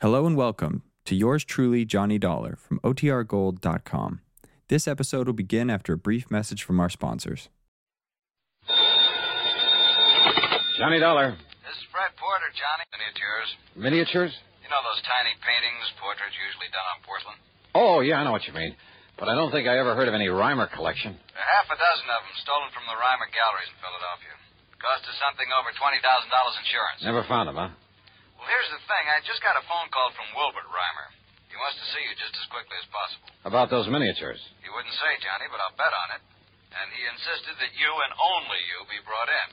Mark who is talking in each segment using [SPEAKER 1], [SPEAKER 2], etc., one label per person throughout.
[SPEAKER 1] Hello and welcome to yours truly, Johnny Dollar from OTRGold.com. This episode will begin after a brief message from our sponsors.
[SPEAKER 2] Johnny Dollar.
[SPEAKER 3] This is Fred Porter, Johnny. Miniatures.
[SPEAKER 2] Miniatures?
[SPEAKER 3] You know those tiny paintings, portraits usually done on porcelain?
[SPEAKER 2] Oh, yeah, I know what you mean. But I don't think I ever heard of any Reimer collection.
[SPEAKER 3] There are half a dozen of them stolen from the Reimer galleries in Philadelphia. Cost us something over $20,000 insurance.
[SPEAKER 2] Never found them, huh?
[SPEAKER 3] Well, here's the thing. I just got a phone call from Wilbert Reimer. He wants to see you just as quickly as possible.
[SPEAKER 2] About those miniatures.
[SPEAKER 3] He wouldn't say, Johnny, but I'll bet on it. And he insisted that you and only you be brought in.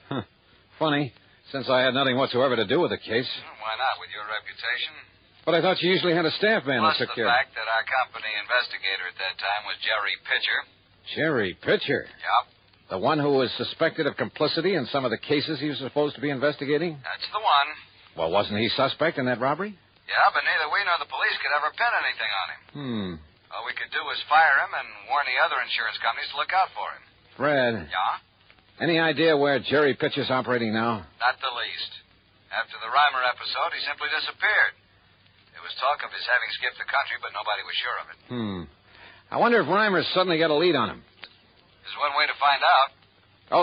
[SPEAKER 2] Funny, since I had nothing whatsoever to do with the case.
[SPEAKER 3] Hmm, Why not, with your reputation?
[SPEAKER 2] But I thought you usually had a staff man
[SPEAKER 3] Plus
[SPEAKER 2] that
[SPEAKER 3] the
[SPEAKER 2] took care of
[SPEAKER 3] fact that our company investigator at that time was Jerry Pitcher.
[SPEAKER 2] Jerry Pitcher,
[SPEAKER 3] Yep,
[SPEAKER 2] the one who was suspected of complicity in some of the cases he was supposed to be investigating.
[SPEAKER 3] that's the one.
[SPEAKER 2] Well, wasn't he suspect in that robbery?
[SPEAKER 3] Yeah, but neither we nor the police could ever pin anything on him.
[SPEAKER 2] Hmm.
[SPEAKER 3] All we could do was fire him and warn the other insurance companies to look out for him.
[SPEAKER 2] Fred,
[SPEAKER 3] Yeah?
[SPEAKER 2] any idea where Jerry Pitcher's operating now?
[SPEAKER 3] Not the least. After the Reimer episode, he simply disappeared. There was talk of his having skipped the country, but nobody was sure of it.
[SPEAKER 2] Hmm. I wonder if Reimer's suddenly got a lead on him.
[SPEAKER 3] There's one way to find out.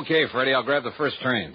[SPEAKER 2] Okay, Freddy, I'll grab the first train.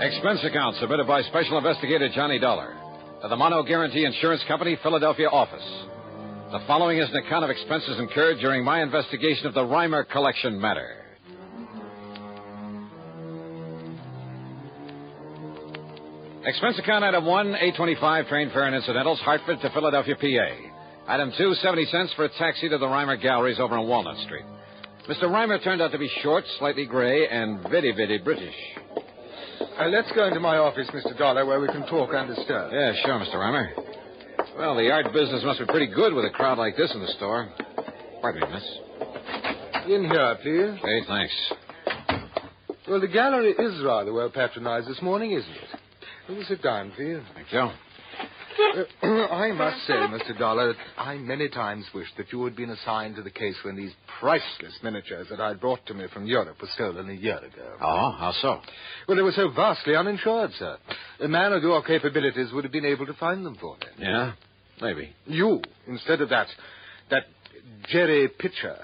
[SPEAKER 2] Expense account submitted by Special Investigator Johnny Dollar to the Mono Guarantee Insurance Company, Philadelphia office. The following is an account of expenses incurred during my investigation of the Reimer collection matter. Expense account item 1, 825 train fare and incidentals, Hartford to Philadelphia, PA. Item 2, 70 cents for a taxi to the Reimer Galleries over on Walnut Street. Mr. Reimer turned out to be short, slightly gray, and very, very British.
[SPEAKER 4] Uh, let's go into my office, Mr. Dollar, where we can talk undisturbed.
[SPEAKER 2] Yeah, sure, Mr. Reimer. Well, the art business must be pretty good with a crowd like this in the store. Pardon me, miss.
[SPEAKER 4] In here, please.
[SPEAKER 2] Hey, thanks.
[SPEAKER 4] Well, the gallery is rather well patronized this morning, isn't it? Will you sit down, please?
[SPEAKER 2] Thank you.
[SPEAKER 4] Uh, I must say, Mr. Dollar, that I many times wished that you had been assigned to the case when these priceless miniatures that I brought to me from Europe were stolen a year ago.
[SPEAKER 2] Oh, how so?
[SPEAKER 4] Well, they were so vastly uninsured, sir. A man of your capabilities would have been able to find them for me.
[SPEAKER 2] Yeah? Maybe.
[SPEAKER 4] You, instead of that, that Jerry Pitcher.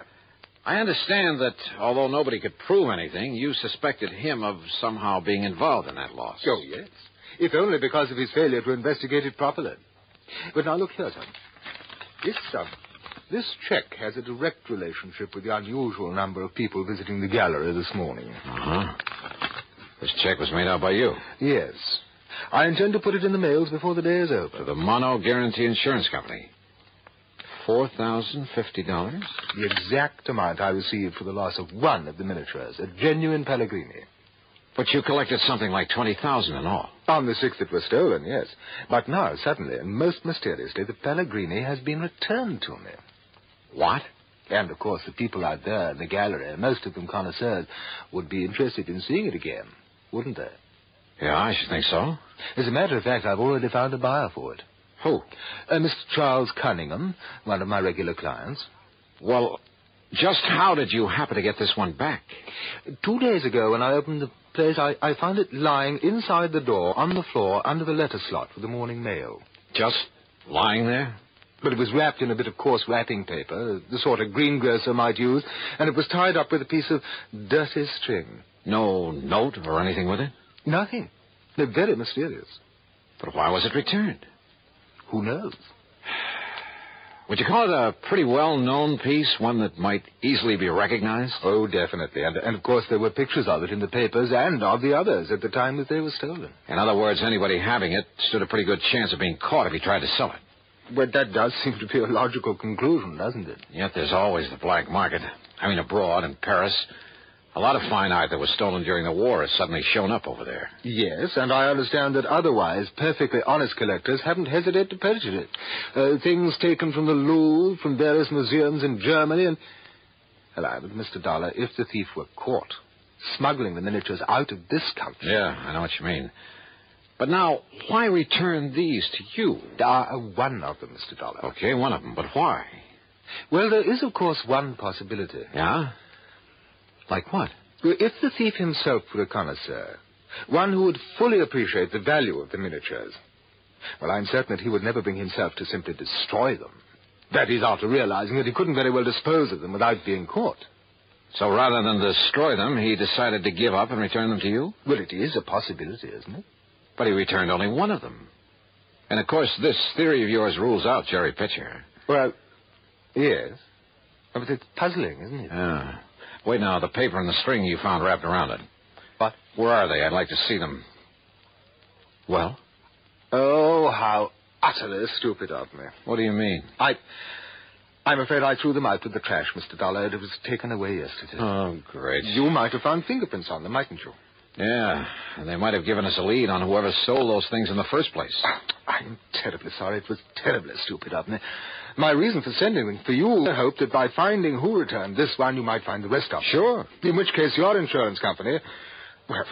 [SPEAKER 2] I understand that although nobody could prove anything, you suspected him of somehow being involved in that loss.
[SPEAKER 4] Oh, yes. If only because of his failure to investigate it properly. But now look here, son. This, um, this check has a direct relationship with the unusual number of people visiting the gallery this morning.
[SPEAKER 2] Uh-huh. This check was made out by you
[SPEAKER 4] Yes. I intend to put it in the mails before the day is
[SPEAKER 2] to
[SPEAKER 4] over.
[SPEAKER 2] the Mono Guarantee Insurance Company. $4,050?
[SPEAKER 4] The exact amount I received for the loss of one of the miniatures, a genuine Pellegrini.
[SPEAKER 2] But you collected something like 20000 in all.
[SPEAKER 4] On the sixth it was stolen, yes. But now, suddenly, and most mysteriously, the Pellegrini has been returned to me.
[SPEAKER 2] What?
[SPEAKER 4] And, of course, the people out there in the gallery, most of them connoisseurs, would be interested in seeing it again, wouldn't they?
[SPEAKER 2] Yeah, I should think so.
[SPEAKER 4] As a matter of fact, I've already found a buyer for it.
[SPEAKER 2] Who?
[SPEAKER 4] Uh, Mr. Charles Cunningham, one of my regular clients.
[SPEAKER 2] Well, just how did you happen to get this one back?
[SPEAKER 4] Two days ago, when I opened the place, I, I found it lying inside the door, on the floor, under the letter slot for the morning mail.
[SPEAKER 2] Just lying there?
[SPEAKER 4] But it was wrapped in a bit of coarse wrapping paper, the sort a greengrocer might use, and it was tied up with a piece of dirty string.
[SPEAKER 2] No note or anything with it?
[SPEAKER 4] Nothing. They're very mysterious.
[SPEAKER 2] But why was it returned?
[SPEAKER 4] Who knows?
[SPEAKER 2] Would you call it a pretty well known piece, one that might easily be recognized?
[SPEAKER 4] Oh, definitely. And, and of course, there were pictures of it in the papers and of the others at the time that they were stolen.
[SPEAKER 2] In other words, anybody having it stood a pretty good chance of being caught if he tried to sell it.
[SPEAKER 4] But that does seem to be a logical conclusion, doesn't it?
[SPEAKER 5] Yet there's always the black market. I mean, abroad in Paris, a lot of fine art that was stolen during the war has suddenly shown up over there.
[SPEAKER 4] Yes, and I understand that otherwise perfectly honest collectors haven't hesitated to purchase it. Uh, things taken from the Louvre, from various museums in Germany, and. Hello, but Mr. Dollar, if the thief were caught smuggling the miniatures out of this country.
[SPEAKER 5] Yeah, I know what you mean. But now, why return these to you?
[SPEAKER 4] There are uh, one of them, Mr. Dollar.
[SPEAKER 5] Okay, one of them, but why?
[SPEAKER 4] Well, there is, of course, one possibility.
[SPEAKER 5] Yeah? Like what?
[SPEAKER 4] Well, If the thief himself were a connoisseur, one who would fully appreciate the value of the miniatures, well, I'm certain that he would never bring himself to simply destroy them. That is, after realizing that he couldn't very well dispose of them without being caught.
[SPEAKER 5] So rather than destroy them, he decided to give up and return them to you?
[SPEAKER 4] Well, it is a possibility, isn't it?
[SPEAKER 5] But he returned only one of them. And of course, this theory of yours rules out Jerry Pitcher.
[SPEAKER 4] Well, yes. Oh, But it's puzzling, isn't it?
[SPEAKER 5] Ah. Wait now, the paper and the string you found wrapped around it.
[SPEAKER 4] What?
[SPEAKER 5] Where are they? I'd like to see them. Well?
[SPEAKER 4] Oh, how utterly stupid of me.
[SPEAKER 5] What do you mean?
[SPEAKER 4] I. I'm afraid I threw them out with the trash, Mr. Dollar. It was taken away yesterday.
[SPEAKER 5] Oh, great.
[SPEAKER 4] You might have found fingerprints on them, mightn't you?
[SPEAKER 5] Yeah, and they might have given us a lead on whoever sold those things in the first place.
[SPEAKER 4] I'm terribly sorry. It was terribly stupid of me. My reason for sending them for you, I hope that by finding who returned this one, you might find the rest of them.
[SPEAKER 5] Sure.
[SPEAKER 4] In which case, your insurance company, well,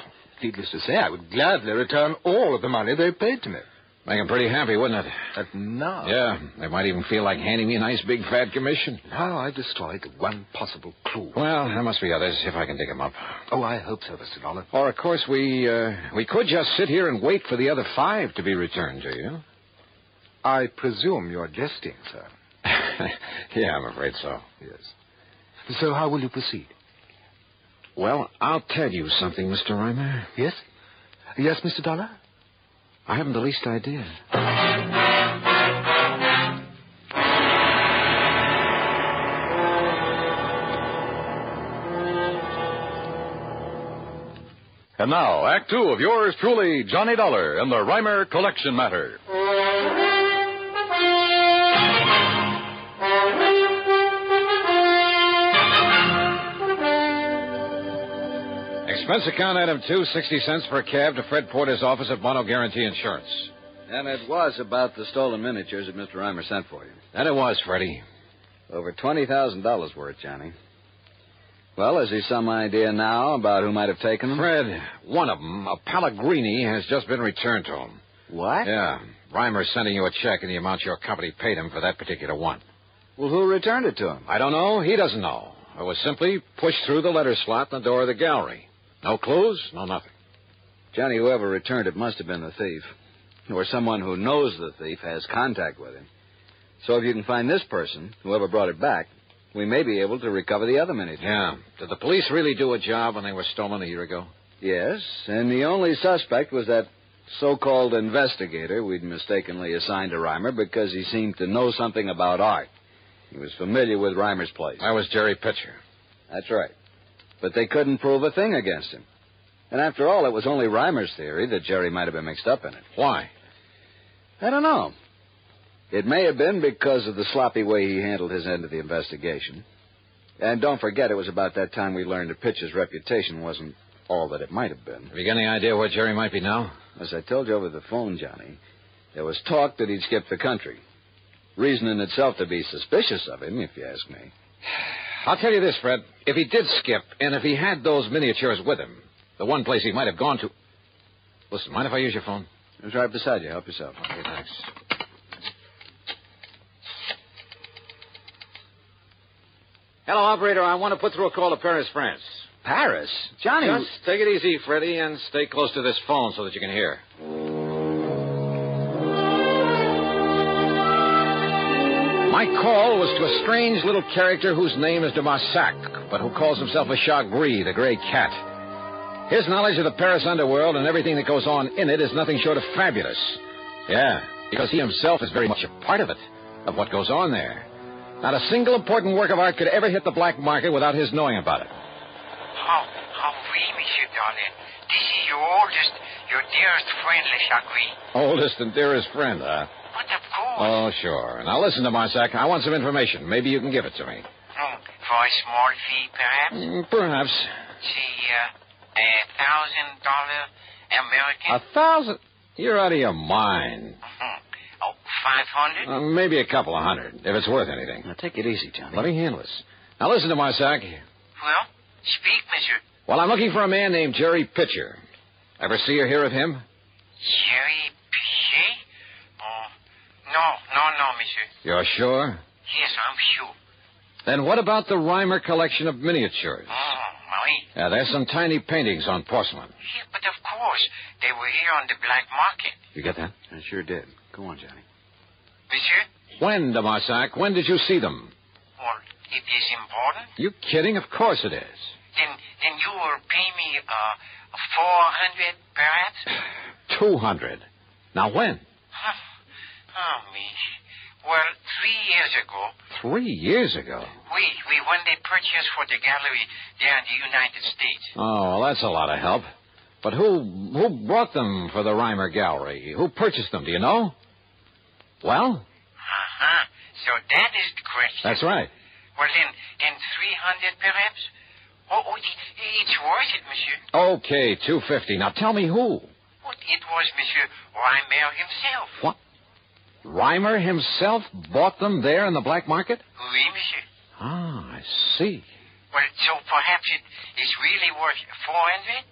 [SPEAKER 4] needless to say, I would gladly return all of the money they paid to me.
[SPEAKER 5] Make 'em pretty happy, wouldn't it?
[SPEAKER 4] But now,
[SPEAKER 5] Yeah, they might even feel like handing me a nice big fat commission.
[SPEAKER 4] now I've destroyed one possible clue.
[SPEAKER 5] Well, there must be others if I can dig 'em up.
[SPEAKER 4] Oh, I hope so, Mr. Dollar.
[SPEAKER 5] Or, of course, we uh, we could just sit here and wait for the other five to be returned to you.
[SPEAKER 4] I presume you're jesting, sir.
[SPEAKER 5] yeah, I'm afraid so.
[SPEAKER 4] Yes. So how will you proceed?
[SPEAKER 5] Well, I'll tell you something, Mr. Reimer.
[SPEAKER 4] Yes? Yes, Mr. Dollar?
[SPEAKER 5] I haven't the least idea.
[SPEAKER 6] And now, Act Two of yours truly, Johnny Dollar and the Reimer Collection Matter.
[SPEAKER 5] Expense account item two, 60 cents for a cab to Fred Porter's office at Mono Guarantee Insurance.
[SPEAKER 3] And it was about the stolen miniatures that Mr. Reimer sent for you.
[SPEAKER 5] That it was, Freddie.
[SPEAKER 3] Over $20,000 worth, Johnny. Well, is he some idea now about who might have taken them?
[SPEAKER 5] Fred, one of them, a Pellegrini, has just been returned to him.
[SPEAKER 3] What?
[SPEAKER 5] Yeah, Reimer's sending you a check in the amount your company paid him for that particular one.
[SPEAKER 3] Well, who returned it to him?
[SPEAKER 5] I don't know. He doesn't know. It was simply pushed through the letter slot in the door of the gallery. No clues, no nothing.
[SPEAKER 3] Johnny, whoever returned it must have been the thief. Or someone who knows the thief has contact with him. So if you can find this person, whoever brought it back, we may be able to recover the other miniatures.
[SPEAKER 5] Yeah. Did the police really do a job when they were stolen a year ago?
[SPEAKER 3] Yes, and the only suspect was that so called investigator we'd mistakenly assigned to Reimer because he seemed to know something about art. He was familiar with Reimer's place.
[SPEAKER 5] That was Jerry Pitcher.
[SPEAKER 3] That's right. But they couldn't prove a thing against him. And after all, it was only Reimer's theory that Jerry might have been mixed up in it.
[SPEAKER 5] Why?
[SPEAKER 3] I don't know. It may have been because of the sloppy way he handled his end of the investigation. And don't forget, it was about that time we learned that Pitch's reputation wasn't all that it might have been.
[SPEAKER 5] Have you got any idea where Jerry might be now?
[SPEAKER 3] As I told you over the phone, Johnny, there was talk that he'd skip the country. Reason in itself to be suspicious of him, if you ask me.
[SPEAKER 5] I'll tell you this, Fred. If he did skip, and if he had those miniatures with him, the one place he might have gone to. Listen, mind if I use your phone?
[SPEAKER 3] It was right beside you. Help yourself.
[SPEAKER 5] Okay, thanks. Hello, operator. I want to put through a call to Paris, France.
[SPEAKER 3] Paris? Johnny.
[SPEAKER 5] Just take it easy, Freddy, and stay close to this phone so that you can hear. My call was to a strange little character whose name is de Marsac, but who calls himself a chat gris, the gray cat. His knowledge of the Paris underworld and everything that goes on in it is nothing short of fabulous. Yeah, because he himself is very much a part of it, of what goes on there. Not a single important work of art could ever hit the black market without his knowing about it.
[SPEAKER 7] Oh, oh oui, Monsieur Darlin. This is your oldest, your dearest friend, Le Chagrin.
[SPEAKER 5] Oldest and dearest friend, huh?
[SPEAKER 7] But of course,
[SPEAKER 3] course.
[SPEAKER 4] Oh, sure. Now listen to Marsack. I want some information. Maybe you can give it to me.
[SPEAKER 3] Hmm, For a small fee, perhaps?
[SPEAKER 4] Mm, Perhaps.
[SPEAKER 3] See, uh, a thousand dollar American?
[SPEAKER 4] A thousand. You're out of your mind.
[SPEAKER 3] Hmm. Oh, five hundred?
[SPEAKER 4] Uh, maybe a couple of hundred, if it's worth anything.
[SPEAKER 8] Now, take it easy, Johnny.
[SPEAKER 4] Let me handle this. Now listen to Marsack.
[SPEAKER 3] well, speak, monsieur.
[SPEAKER 4] Well, I'm looking for a man named Jerry Pitcher. Ever see or hear of him?
[SPEAKER 3] Jerry Pichet? Oh, no, no, no, monsieur.
[SPEAKER 4] You're sure?
[SPEAKER 3] Yes, I'm sure.
[SPEAKER 4] Then what about the Reimer collection of miniatures?
[SPEAKER 3] Oh, Marie.
[SPEAKER 4] Yeah, there's some tiny paintings on porcelain.
[SPEAKER 3] Yeah, but of course, they were here on the black market.
[SPEAKER 4] You get that?
[SPEAKER 8] I sure did. Go on, Johnny.
[SPEAKER 3] Monsieur?
[SPEAKER 4] When, de Marsac? When did you see them?
[SPEAKER 3] Well, it is important.
[SPEAKER 4] You kidding? Of course it is.
[SPEAKER 3] Then, then you will pay me, uh, four hundred, perhaps?
[SPEAKER 4] 200. Now when?
[SPEAKER 3] Huh. oh, me. Well, three years ago,
[SPEAKER 4] Three years ago.
[SPEAKER 3] we, we won the purchase for the gallery there in the United States.
[SPEAKER 4] Oh, well, that's a lot of help. But who who brought them for the Reimer Gallery? Who purchased them? Do you know? Well,
[SPEAKER 3] Uh-huh. So that is the question.
[SPEAKER 4] that's right.
[SPEAKER 3] Well, then, then 300 perhaps? Oh, oh, the- it's worth it, monsieur.
[SPEAKER 4] Okay, 250. Now tell me who.
[SPEAKER 3] Well, it was Monsieur Reimer himself.
[SPEAKER 4] Reimer himself bought them there in the black market?
[SPEAKER 3] Oui, monsieur.
[SPEAKER 4] Ah, I see.
[SPEAKER 3] Well, so perhaps it is really worth 400?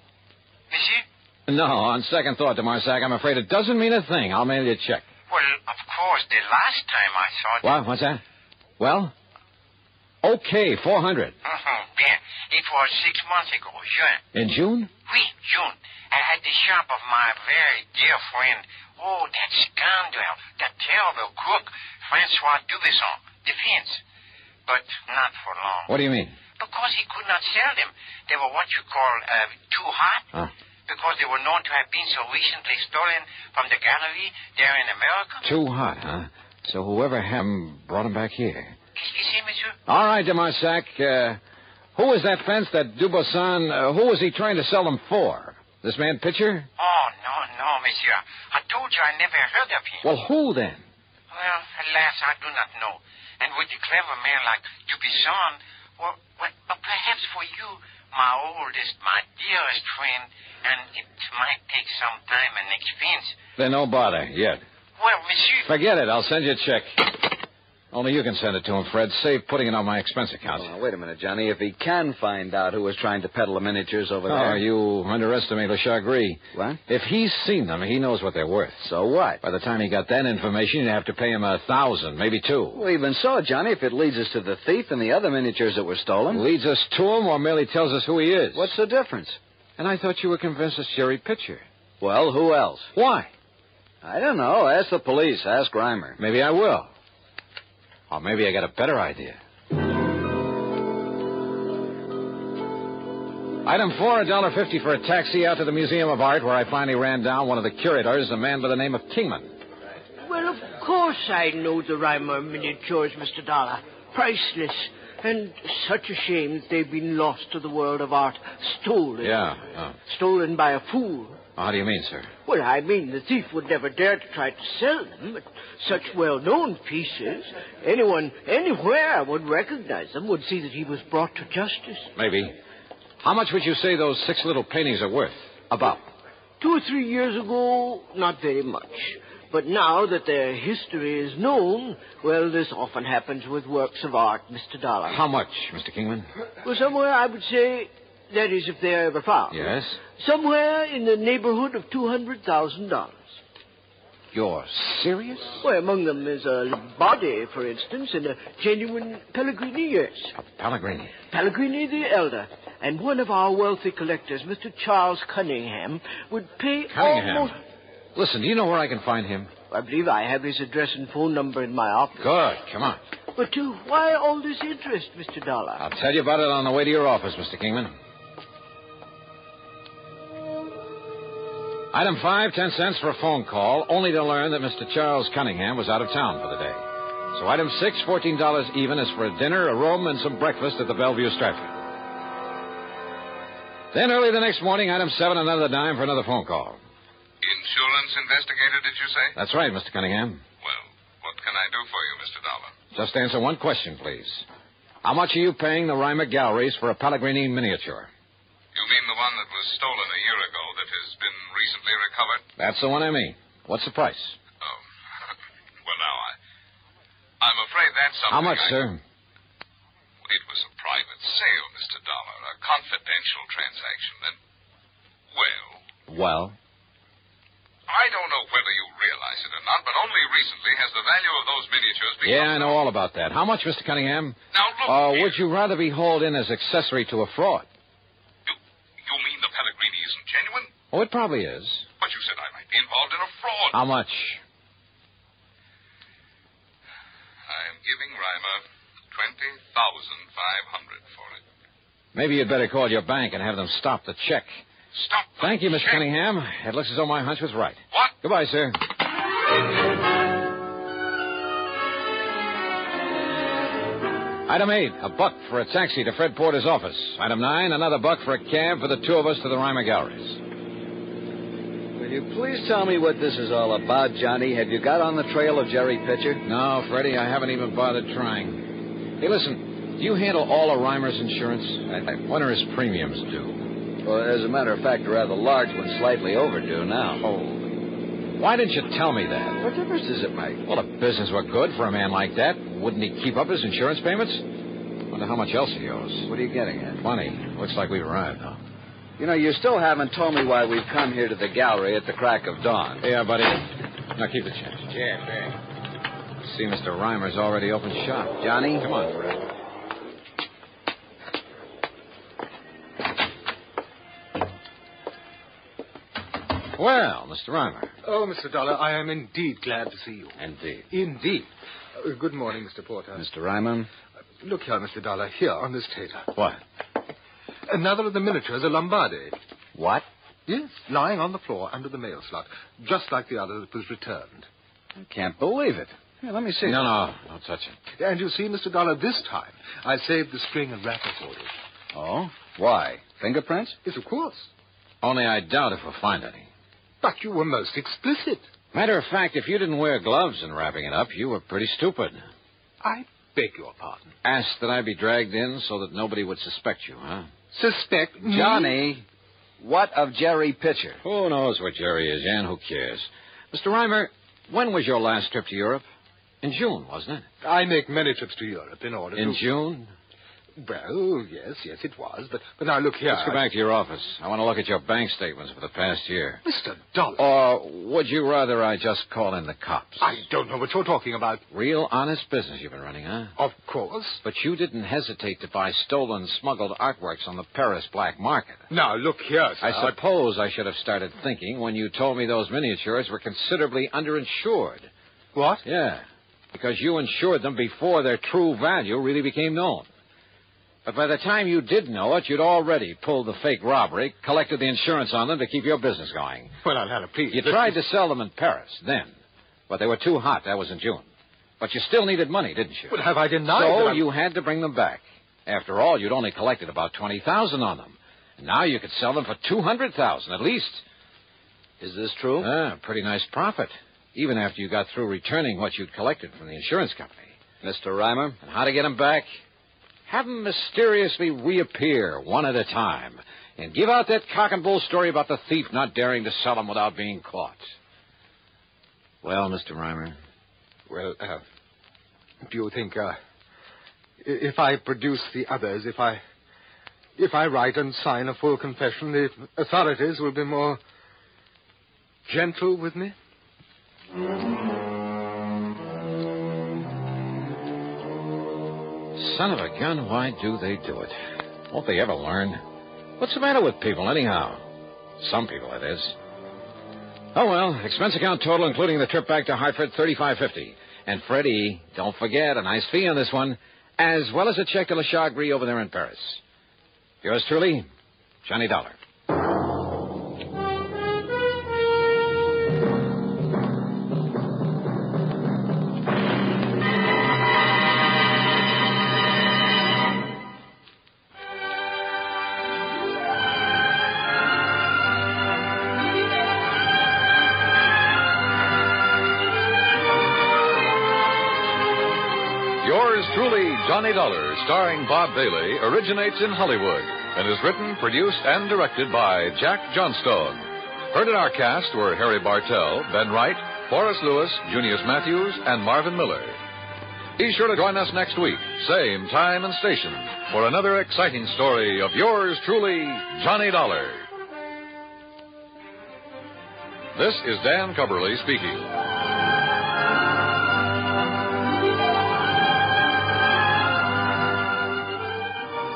[SPEAKER 3] Monsieur?
[SPEAKER 4] No, on second thought, de Marsac, I'm afraid it doesn't mean a thing. I'll mail you a check.
[SPEAKER 3] Well, of course, the last time I saw it.
[SPEAKER 4] What? What's that? Well, okay, 400.
[SPEAKER 3] Mhm, yeah, it was six months ago, June.
[SPEAKER 4] In June?
[SPEAKER 3] Oui, June. I- At the shop of my very dear friend. Oh, that scoundrel, that terrible crook, Francois Dubison, defense. But not for long.
[SPEAKER 4] What do you mean?
[SPEAKER 3] Because he could not sell them. They were what you call uh, too hot.
[SPEAKER 4] Huh.
[SPEAKER 3] Because they were known to have been so recently stolen from the gallery there in America.
[SPEAKER 4] Too hot, huh? So whoever had 'em brought 'em back here.
[SPEAKER 3] Qu'est-ce que c'est, monsieur?
[SPEAKER 4] All right, de Marsac. Uh, who was that fence that Dubosan, uh, who was he trying to sell them for? This man Pitcher?
[SPEAKER 3] Oh, no, no, monsieur. I told you I never heard of him.
[SPEAKER 4] Well, who then?
[SPEAKER 3] Well, alas, I do not know. And with a clever man like Dubison, well, well, but perhaps for you, my oldest, my dearest friend, and it might take some time and expense.
[SPEAKER 4] Then no bother, yet.
[SPEAKER 3] Well, monsieur.
[SPEAKER 4] Forget it. I'll send you a check. Only you can send it to him, Fred. Save putting it on my expense account.
[SPEAKER 8] Well, now, wait a minute, Johnny. If he can find out who was trying to peddle the miniatures over
[SPEAKER 4] Oh,
[SPEAKER 8] there,
[SPEAKER 4] you underestimate Le Chagris.
[SPEAKER 8] What?
[SPEAKER 4] If he's seen them, he knows what they're worth.
[SPEAKER 8] So what?
[SPEAKER 4] By the time he got that information, you'd have to pay him a thousand, maybe two.
[SPEAKER 8] Well, even so, Johnny, if it leads us to the thief and the other miniatures that were stolen,
[SPEAKER 4] Leads us to him or merely tells us who he is.
[SPEAKER 8] what's the difference?
[SPEAKER 4] And I thought you were convinced it's Jerry Pitcher.
[SPEAKER 8] Well, who else?
[SPEAKER 4] Why?
[SPEAKER 8] I don't know. Ask the police. Ask Reimer.
[SPEAKER 4] Maybe I will. Or maybe I got a better idea. Item four, a dollar fifty for a taxi out to the Museum of Art, where I finally ran down one of the curators, a man by the name of Kingman.
[SPEAKER 9] Well, of course I know the Reimer miniatures, Mr. Dollar. Priceless. And such a shame that they've been lost to the world of art. Stolen.
[SPEAKER 4] Yeah.
[SPEAKER 9] Stolen by a fool.
[SPEAKER 4] Oh, how do you mean, sir?
[SPEAKER 9] Well, I mean, the thief would never dare to try to sell them, but such well-known pieces, anyone, anywhere would recognize them, would see that he was brought to justice.
[SPEAKER 4] Maybe. How much would you say those six little paintings are worth? About.
[SPEAKER 9] Two or three years ago, not very much. But now that their history is known, well, this often happens with works of art, Mr. Dollar.
[SPEAKER 4] How much, Mr. Kingman?
[SPEAKER 9] Well, somewhere I would say, that is if they're ever found.
[SPEAKER 4] Yes.
[SPEAKER 9] Somewhere in the neighborhood of $200,000.
[SPEAKER 4] You're serious?
[SPEAKER 9] Well, among them is a body, for instance, and a genuine Pellegrini, yes.
[SPEAKER 4] Pellegrini.
[SPEAKER 9] Pellegrini the Elder, and one of our wealthy collectors, Mr. Charles Cunningham, would pay
[SPEAKER 4] Cunningham.
[SPEAKER 9] almost...
[SPEAKER 4] Listen, do you know where I can find him?
[SPEAKER 9] I believe I have his address and phone number in my office.
[SPEAKER 4] Good. Come on.
[SPEAKER 9] But to why all this interest, Mr. Dollar?
[SPEAKER 4] I'll tell you about it on the way to your office, Mr. Kingman. Item five, ten cents for a phone call, only to learn that Mr. Charles Cunningham was out of town for the day. So item six, fourteen dollars even is for a dinner, a room, and some breakfast at the Bellevue Stratford. Then early the next morning, item seven, another dime for another phone call.
[SPEAKER 10] Insurance investigator, did you say?
[SPEAKER 4] That's right, Mr. Cunningham.
[SPEAKER 10] Well, what I do for you, Mr. Dollar?
[SPEAKER 4] Just answer one question, please. How much are you paying the Reimer Galleries for a Pellegrini miniature?
[SPEAKER 10] You mean the one that was stolen a year ago that has been recently recovered?
[SPEAKER 4] That's the one I mean. What's the price?
[SPEAKER 10] Oh. well, now, I, I'm afraid that's something.
[SPEAKER 4] How much,
[SPEAKER 10] I-
[SPEAKER 4] sir?
[SPEAKER 10] It was a private sale, Mr. Dollar, a confidential transaction, and. Well,
[SPEAKER 4] Well,
[SPEAKER 10] I don't know whether you realize it or not, but only recently has the value of those miniatures become.
[SPEAKER 4] yeah, I know all about that. How much, Mr. Cunningham?
[SPEAKER 10] Now, look.
[SPEAKER 4] Or
[SPEAKER 10] here.
[SPEAKER 4] would you rather be hauled in as accessory to a fraud?
[SPEAKER 10] you. You mean the Pellegrini isn't genuine?
[SPEAKER 4] Oh, it probably is.
[SPEAKER 10] But you said I might be involved in a fraud.
[SPEAKER 4] How much?
[SPEAKER 10] I am giving Reimer 20500 for it.
[SPEAKER 4] Maybe you'd better call your bank and have them stop the check.
[SPEAKER 10] Stop. the
[SPEAKER 4] Thank you, Mr.
[SPEAKER 10] check.
[SPEAKER 4] Cunningham. It looks as though my hunch was right.
[SPEAKER 10] What?
[SPEAKER 4] Goodbye, sir. Item eight, a buck for a taxi to Fred Porter's office. Item nine, another buck for a cab for the two of us to the Reimer Galleries.
[SPEAKER 8] Will you please tell me what this is all about, Johnny? Have you got on the trail of Jerry Pitcher?
[SPEAKER 4] No, Freddie, I haven't even bothered trying. Hey, listen, do you handle all of Reimer's insurance? I- I- When are his premiums due?
[SPEAKER 8] Well, as a matter of fact, a rather large one, slightly overdue now.
[SPEAKER 4] Holy. Oh. Why didn't you tell me that?
[SPEAKER 8] What difference does it make?
[SPEAKER 4] Well, if business were good for a man like that, wouldn't he keep up his insurance payments? Wonder how much else he owes.
[SPEAKER 8] What are you getting at?
[SPEAKER 4] Money. Looks like we've arrived, huh?
[SPEAKER 8] You know, you still haven't told me why we've come here to the gallery at the crack of dawn.
[SPEAKER 4] Yeah, buddy. Now keep the change. Yeah, man. See, Mr. Reimer's already opened shop.
[SPEAKER 8] Johnny?
[SPEAKER 4] Come on, Fred. Well, Mr. Reimer.
[SPEAKER 5] Oh, Mr. Dollar, I am indeed glad to see you.
[SPEAKER 4] Indeed.
[SPEAKER 5] Indeed. Uh, good morning, Mr. Porter.
[SPEAKER 8] Mr. Ryman?
[SPEAKER 5] Look here, Mr. Dollar, here on this table.
[SPEAKER 4] What?
[SPEAKER 5] Another of the miniatures, a Lombardi.
[SPEAKER 8] What?
[SPEAKER 5] Yes, lying on the floor under the mail slot, just like the other that was returned.
[SPEAKER 8] I can't believe it. Here, let me see.
[SPEAKER 4] No, no. Don't touch it.
[SPEAKER 5] And you see, Mr. Dollar, this time I saved the string and wrapper for you.
[SPEAKER 8] Oh? Why? Fingerprints?
[SPEAKER 5] Yes, of course.
[SPEAKER 4] Only I doubt if we'll find any.
[SPEAKER 5] But you were most explicit.
[SPEAKER 4] Matter of fact, if you didn't wear gloves in wrapping it up, you were pretty stupid.
[SPEAKER 5] I beg your pardon.
[SPEAKER 4] Asked that I be dragged in so that nobody would suspect you, huh?
[SPEAKER 5] Suspect me?
[SPEAKER 8] Johnny, what of Jerry Pitcher?
[SPEAKER 4] Who knows what Jerry is, and who cares? Mr. Reimer, when was your last trip to Europe? In June, wasn't it?
[SPEAKER 5] I make many trips to Europe in order
[SPEAKER 4] In
[SPEAKER 5] to.
[SPEAKER 4] June?
[SPEAKER 5] Well, yes, yes, it was. But, but now look here.
[SPEAKER 4] Let's go back to your office. I want to look at your bank statements for the past year.
[SPEAKER 5] Mr. Dollar.
[SPEAKER 4] Or would you rather I just call in the cops?
[SPEAKER 5] I don't know what you're talking about.
[SPEAKER 4] Real honest business you've been running, huh?
[SPEAKER 5] Of course.
[SPEAKER 4] But you didn't hesitate to buy stolen, smuggled artworks on the Paris black market.
[SPEAKER 5] Now, look here, sir.
[SPEAKER 4] I suppose I should have started thinking when you told me those miniatures were considerably underinsured.
[SPEAKER 5] What?
[SPEAKER 4] Yeah, because you insured them before their true value really became known. But by the time you did know it, you'd already pulled the fake robbery, collected the insurance on them to keep your business going.
[SPEAKER 5] Well, I'll have a please.
[SPEAKER 4] You tried to sell them in Paris then, but they were too hot. That was in June. But you still needed money, didn't you?
[SPEAKER 5] Well, have I denied that
[SPEAKER 4] So
[SPEAKER 5] I-
[SPEAKER 4] you had to bring them back. After all, you'd only collected about twenty thousand on them. Now you could sell them for two hundred thousand at least.
[SPEAKER 8] Is this true?
[SPEAKER 4] Ah, pretty nice profit, even after you got through returning what you'd collected from the insurance company.
[SPEAKER 8] Mr. Reimer?
[SPEAKER 4] And how to get them back? Have them mysteriously reappear one at a time, and give out that cock and bull story about the thief not daring to sell them without being caught. Well, Mr. Reimer,
[SPEAKER 5] Well, uh, do you think, uh, i- if I produce the others, if I, if I write and sign a full confession, the authorities will be more gentle with me?
[SPEAKER 4] son of a gun, why do they do it? Won't they ever learn? What's the matter with people, anyhow? Some people, it is. Oh well, expense account total, including the trip back to Hartford, thirty-five fifty. And Freddie, don't forget a nice fee on this one, as well as a check to La Chagre over there in Paris. Yours truly, Johnny Dollar. Johnny Dollar, starring Bob Bailey, originates in Hollywood and is written, produced, and directed by Jack Johnstone. Heard in our cast were Harry Bartell, Ben Wright, Forrest Lewis, Junius Matthews, and Marvin Miller. Be sure to join us next week, same time and station, for another exciting story of yours truly, Johnny Dollar. This is Dan Coverly speaking.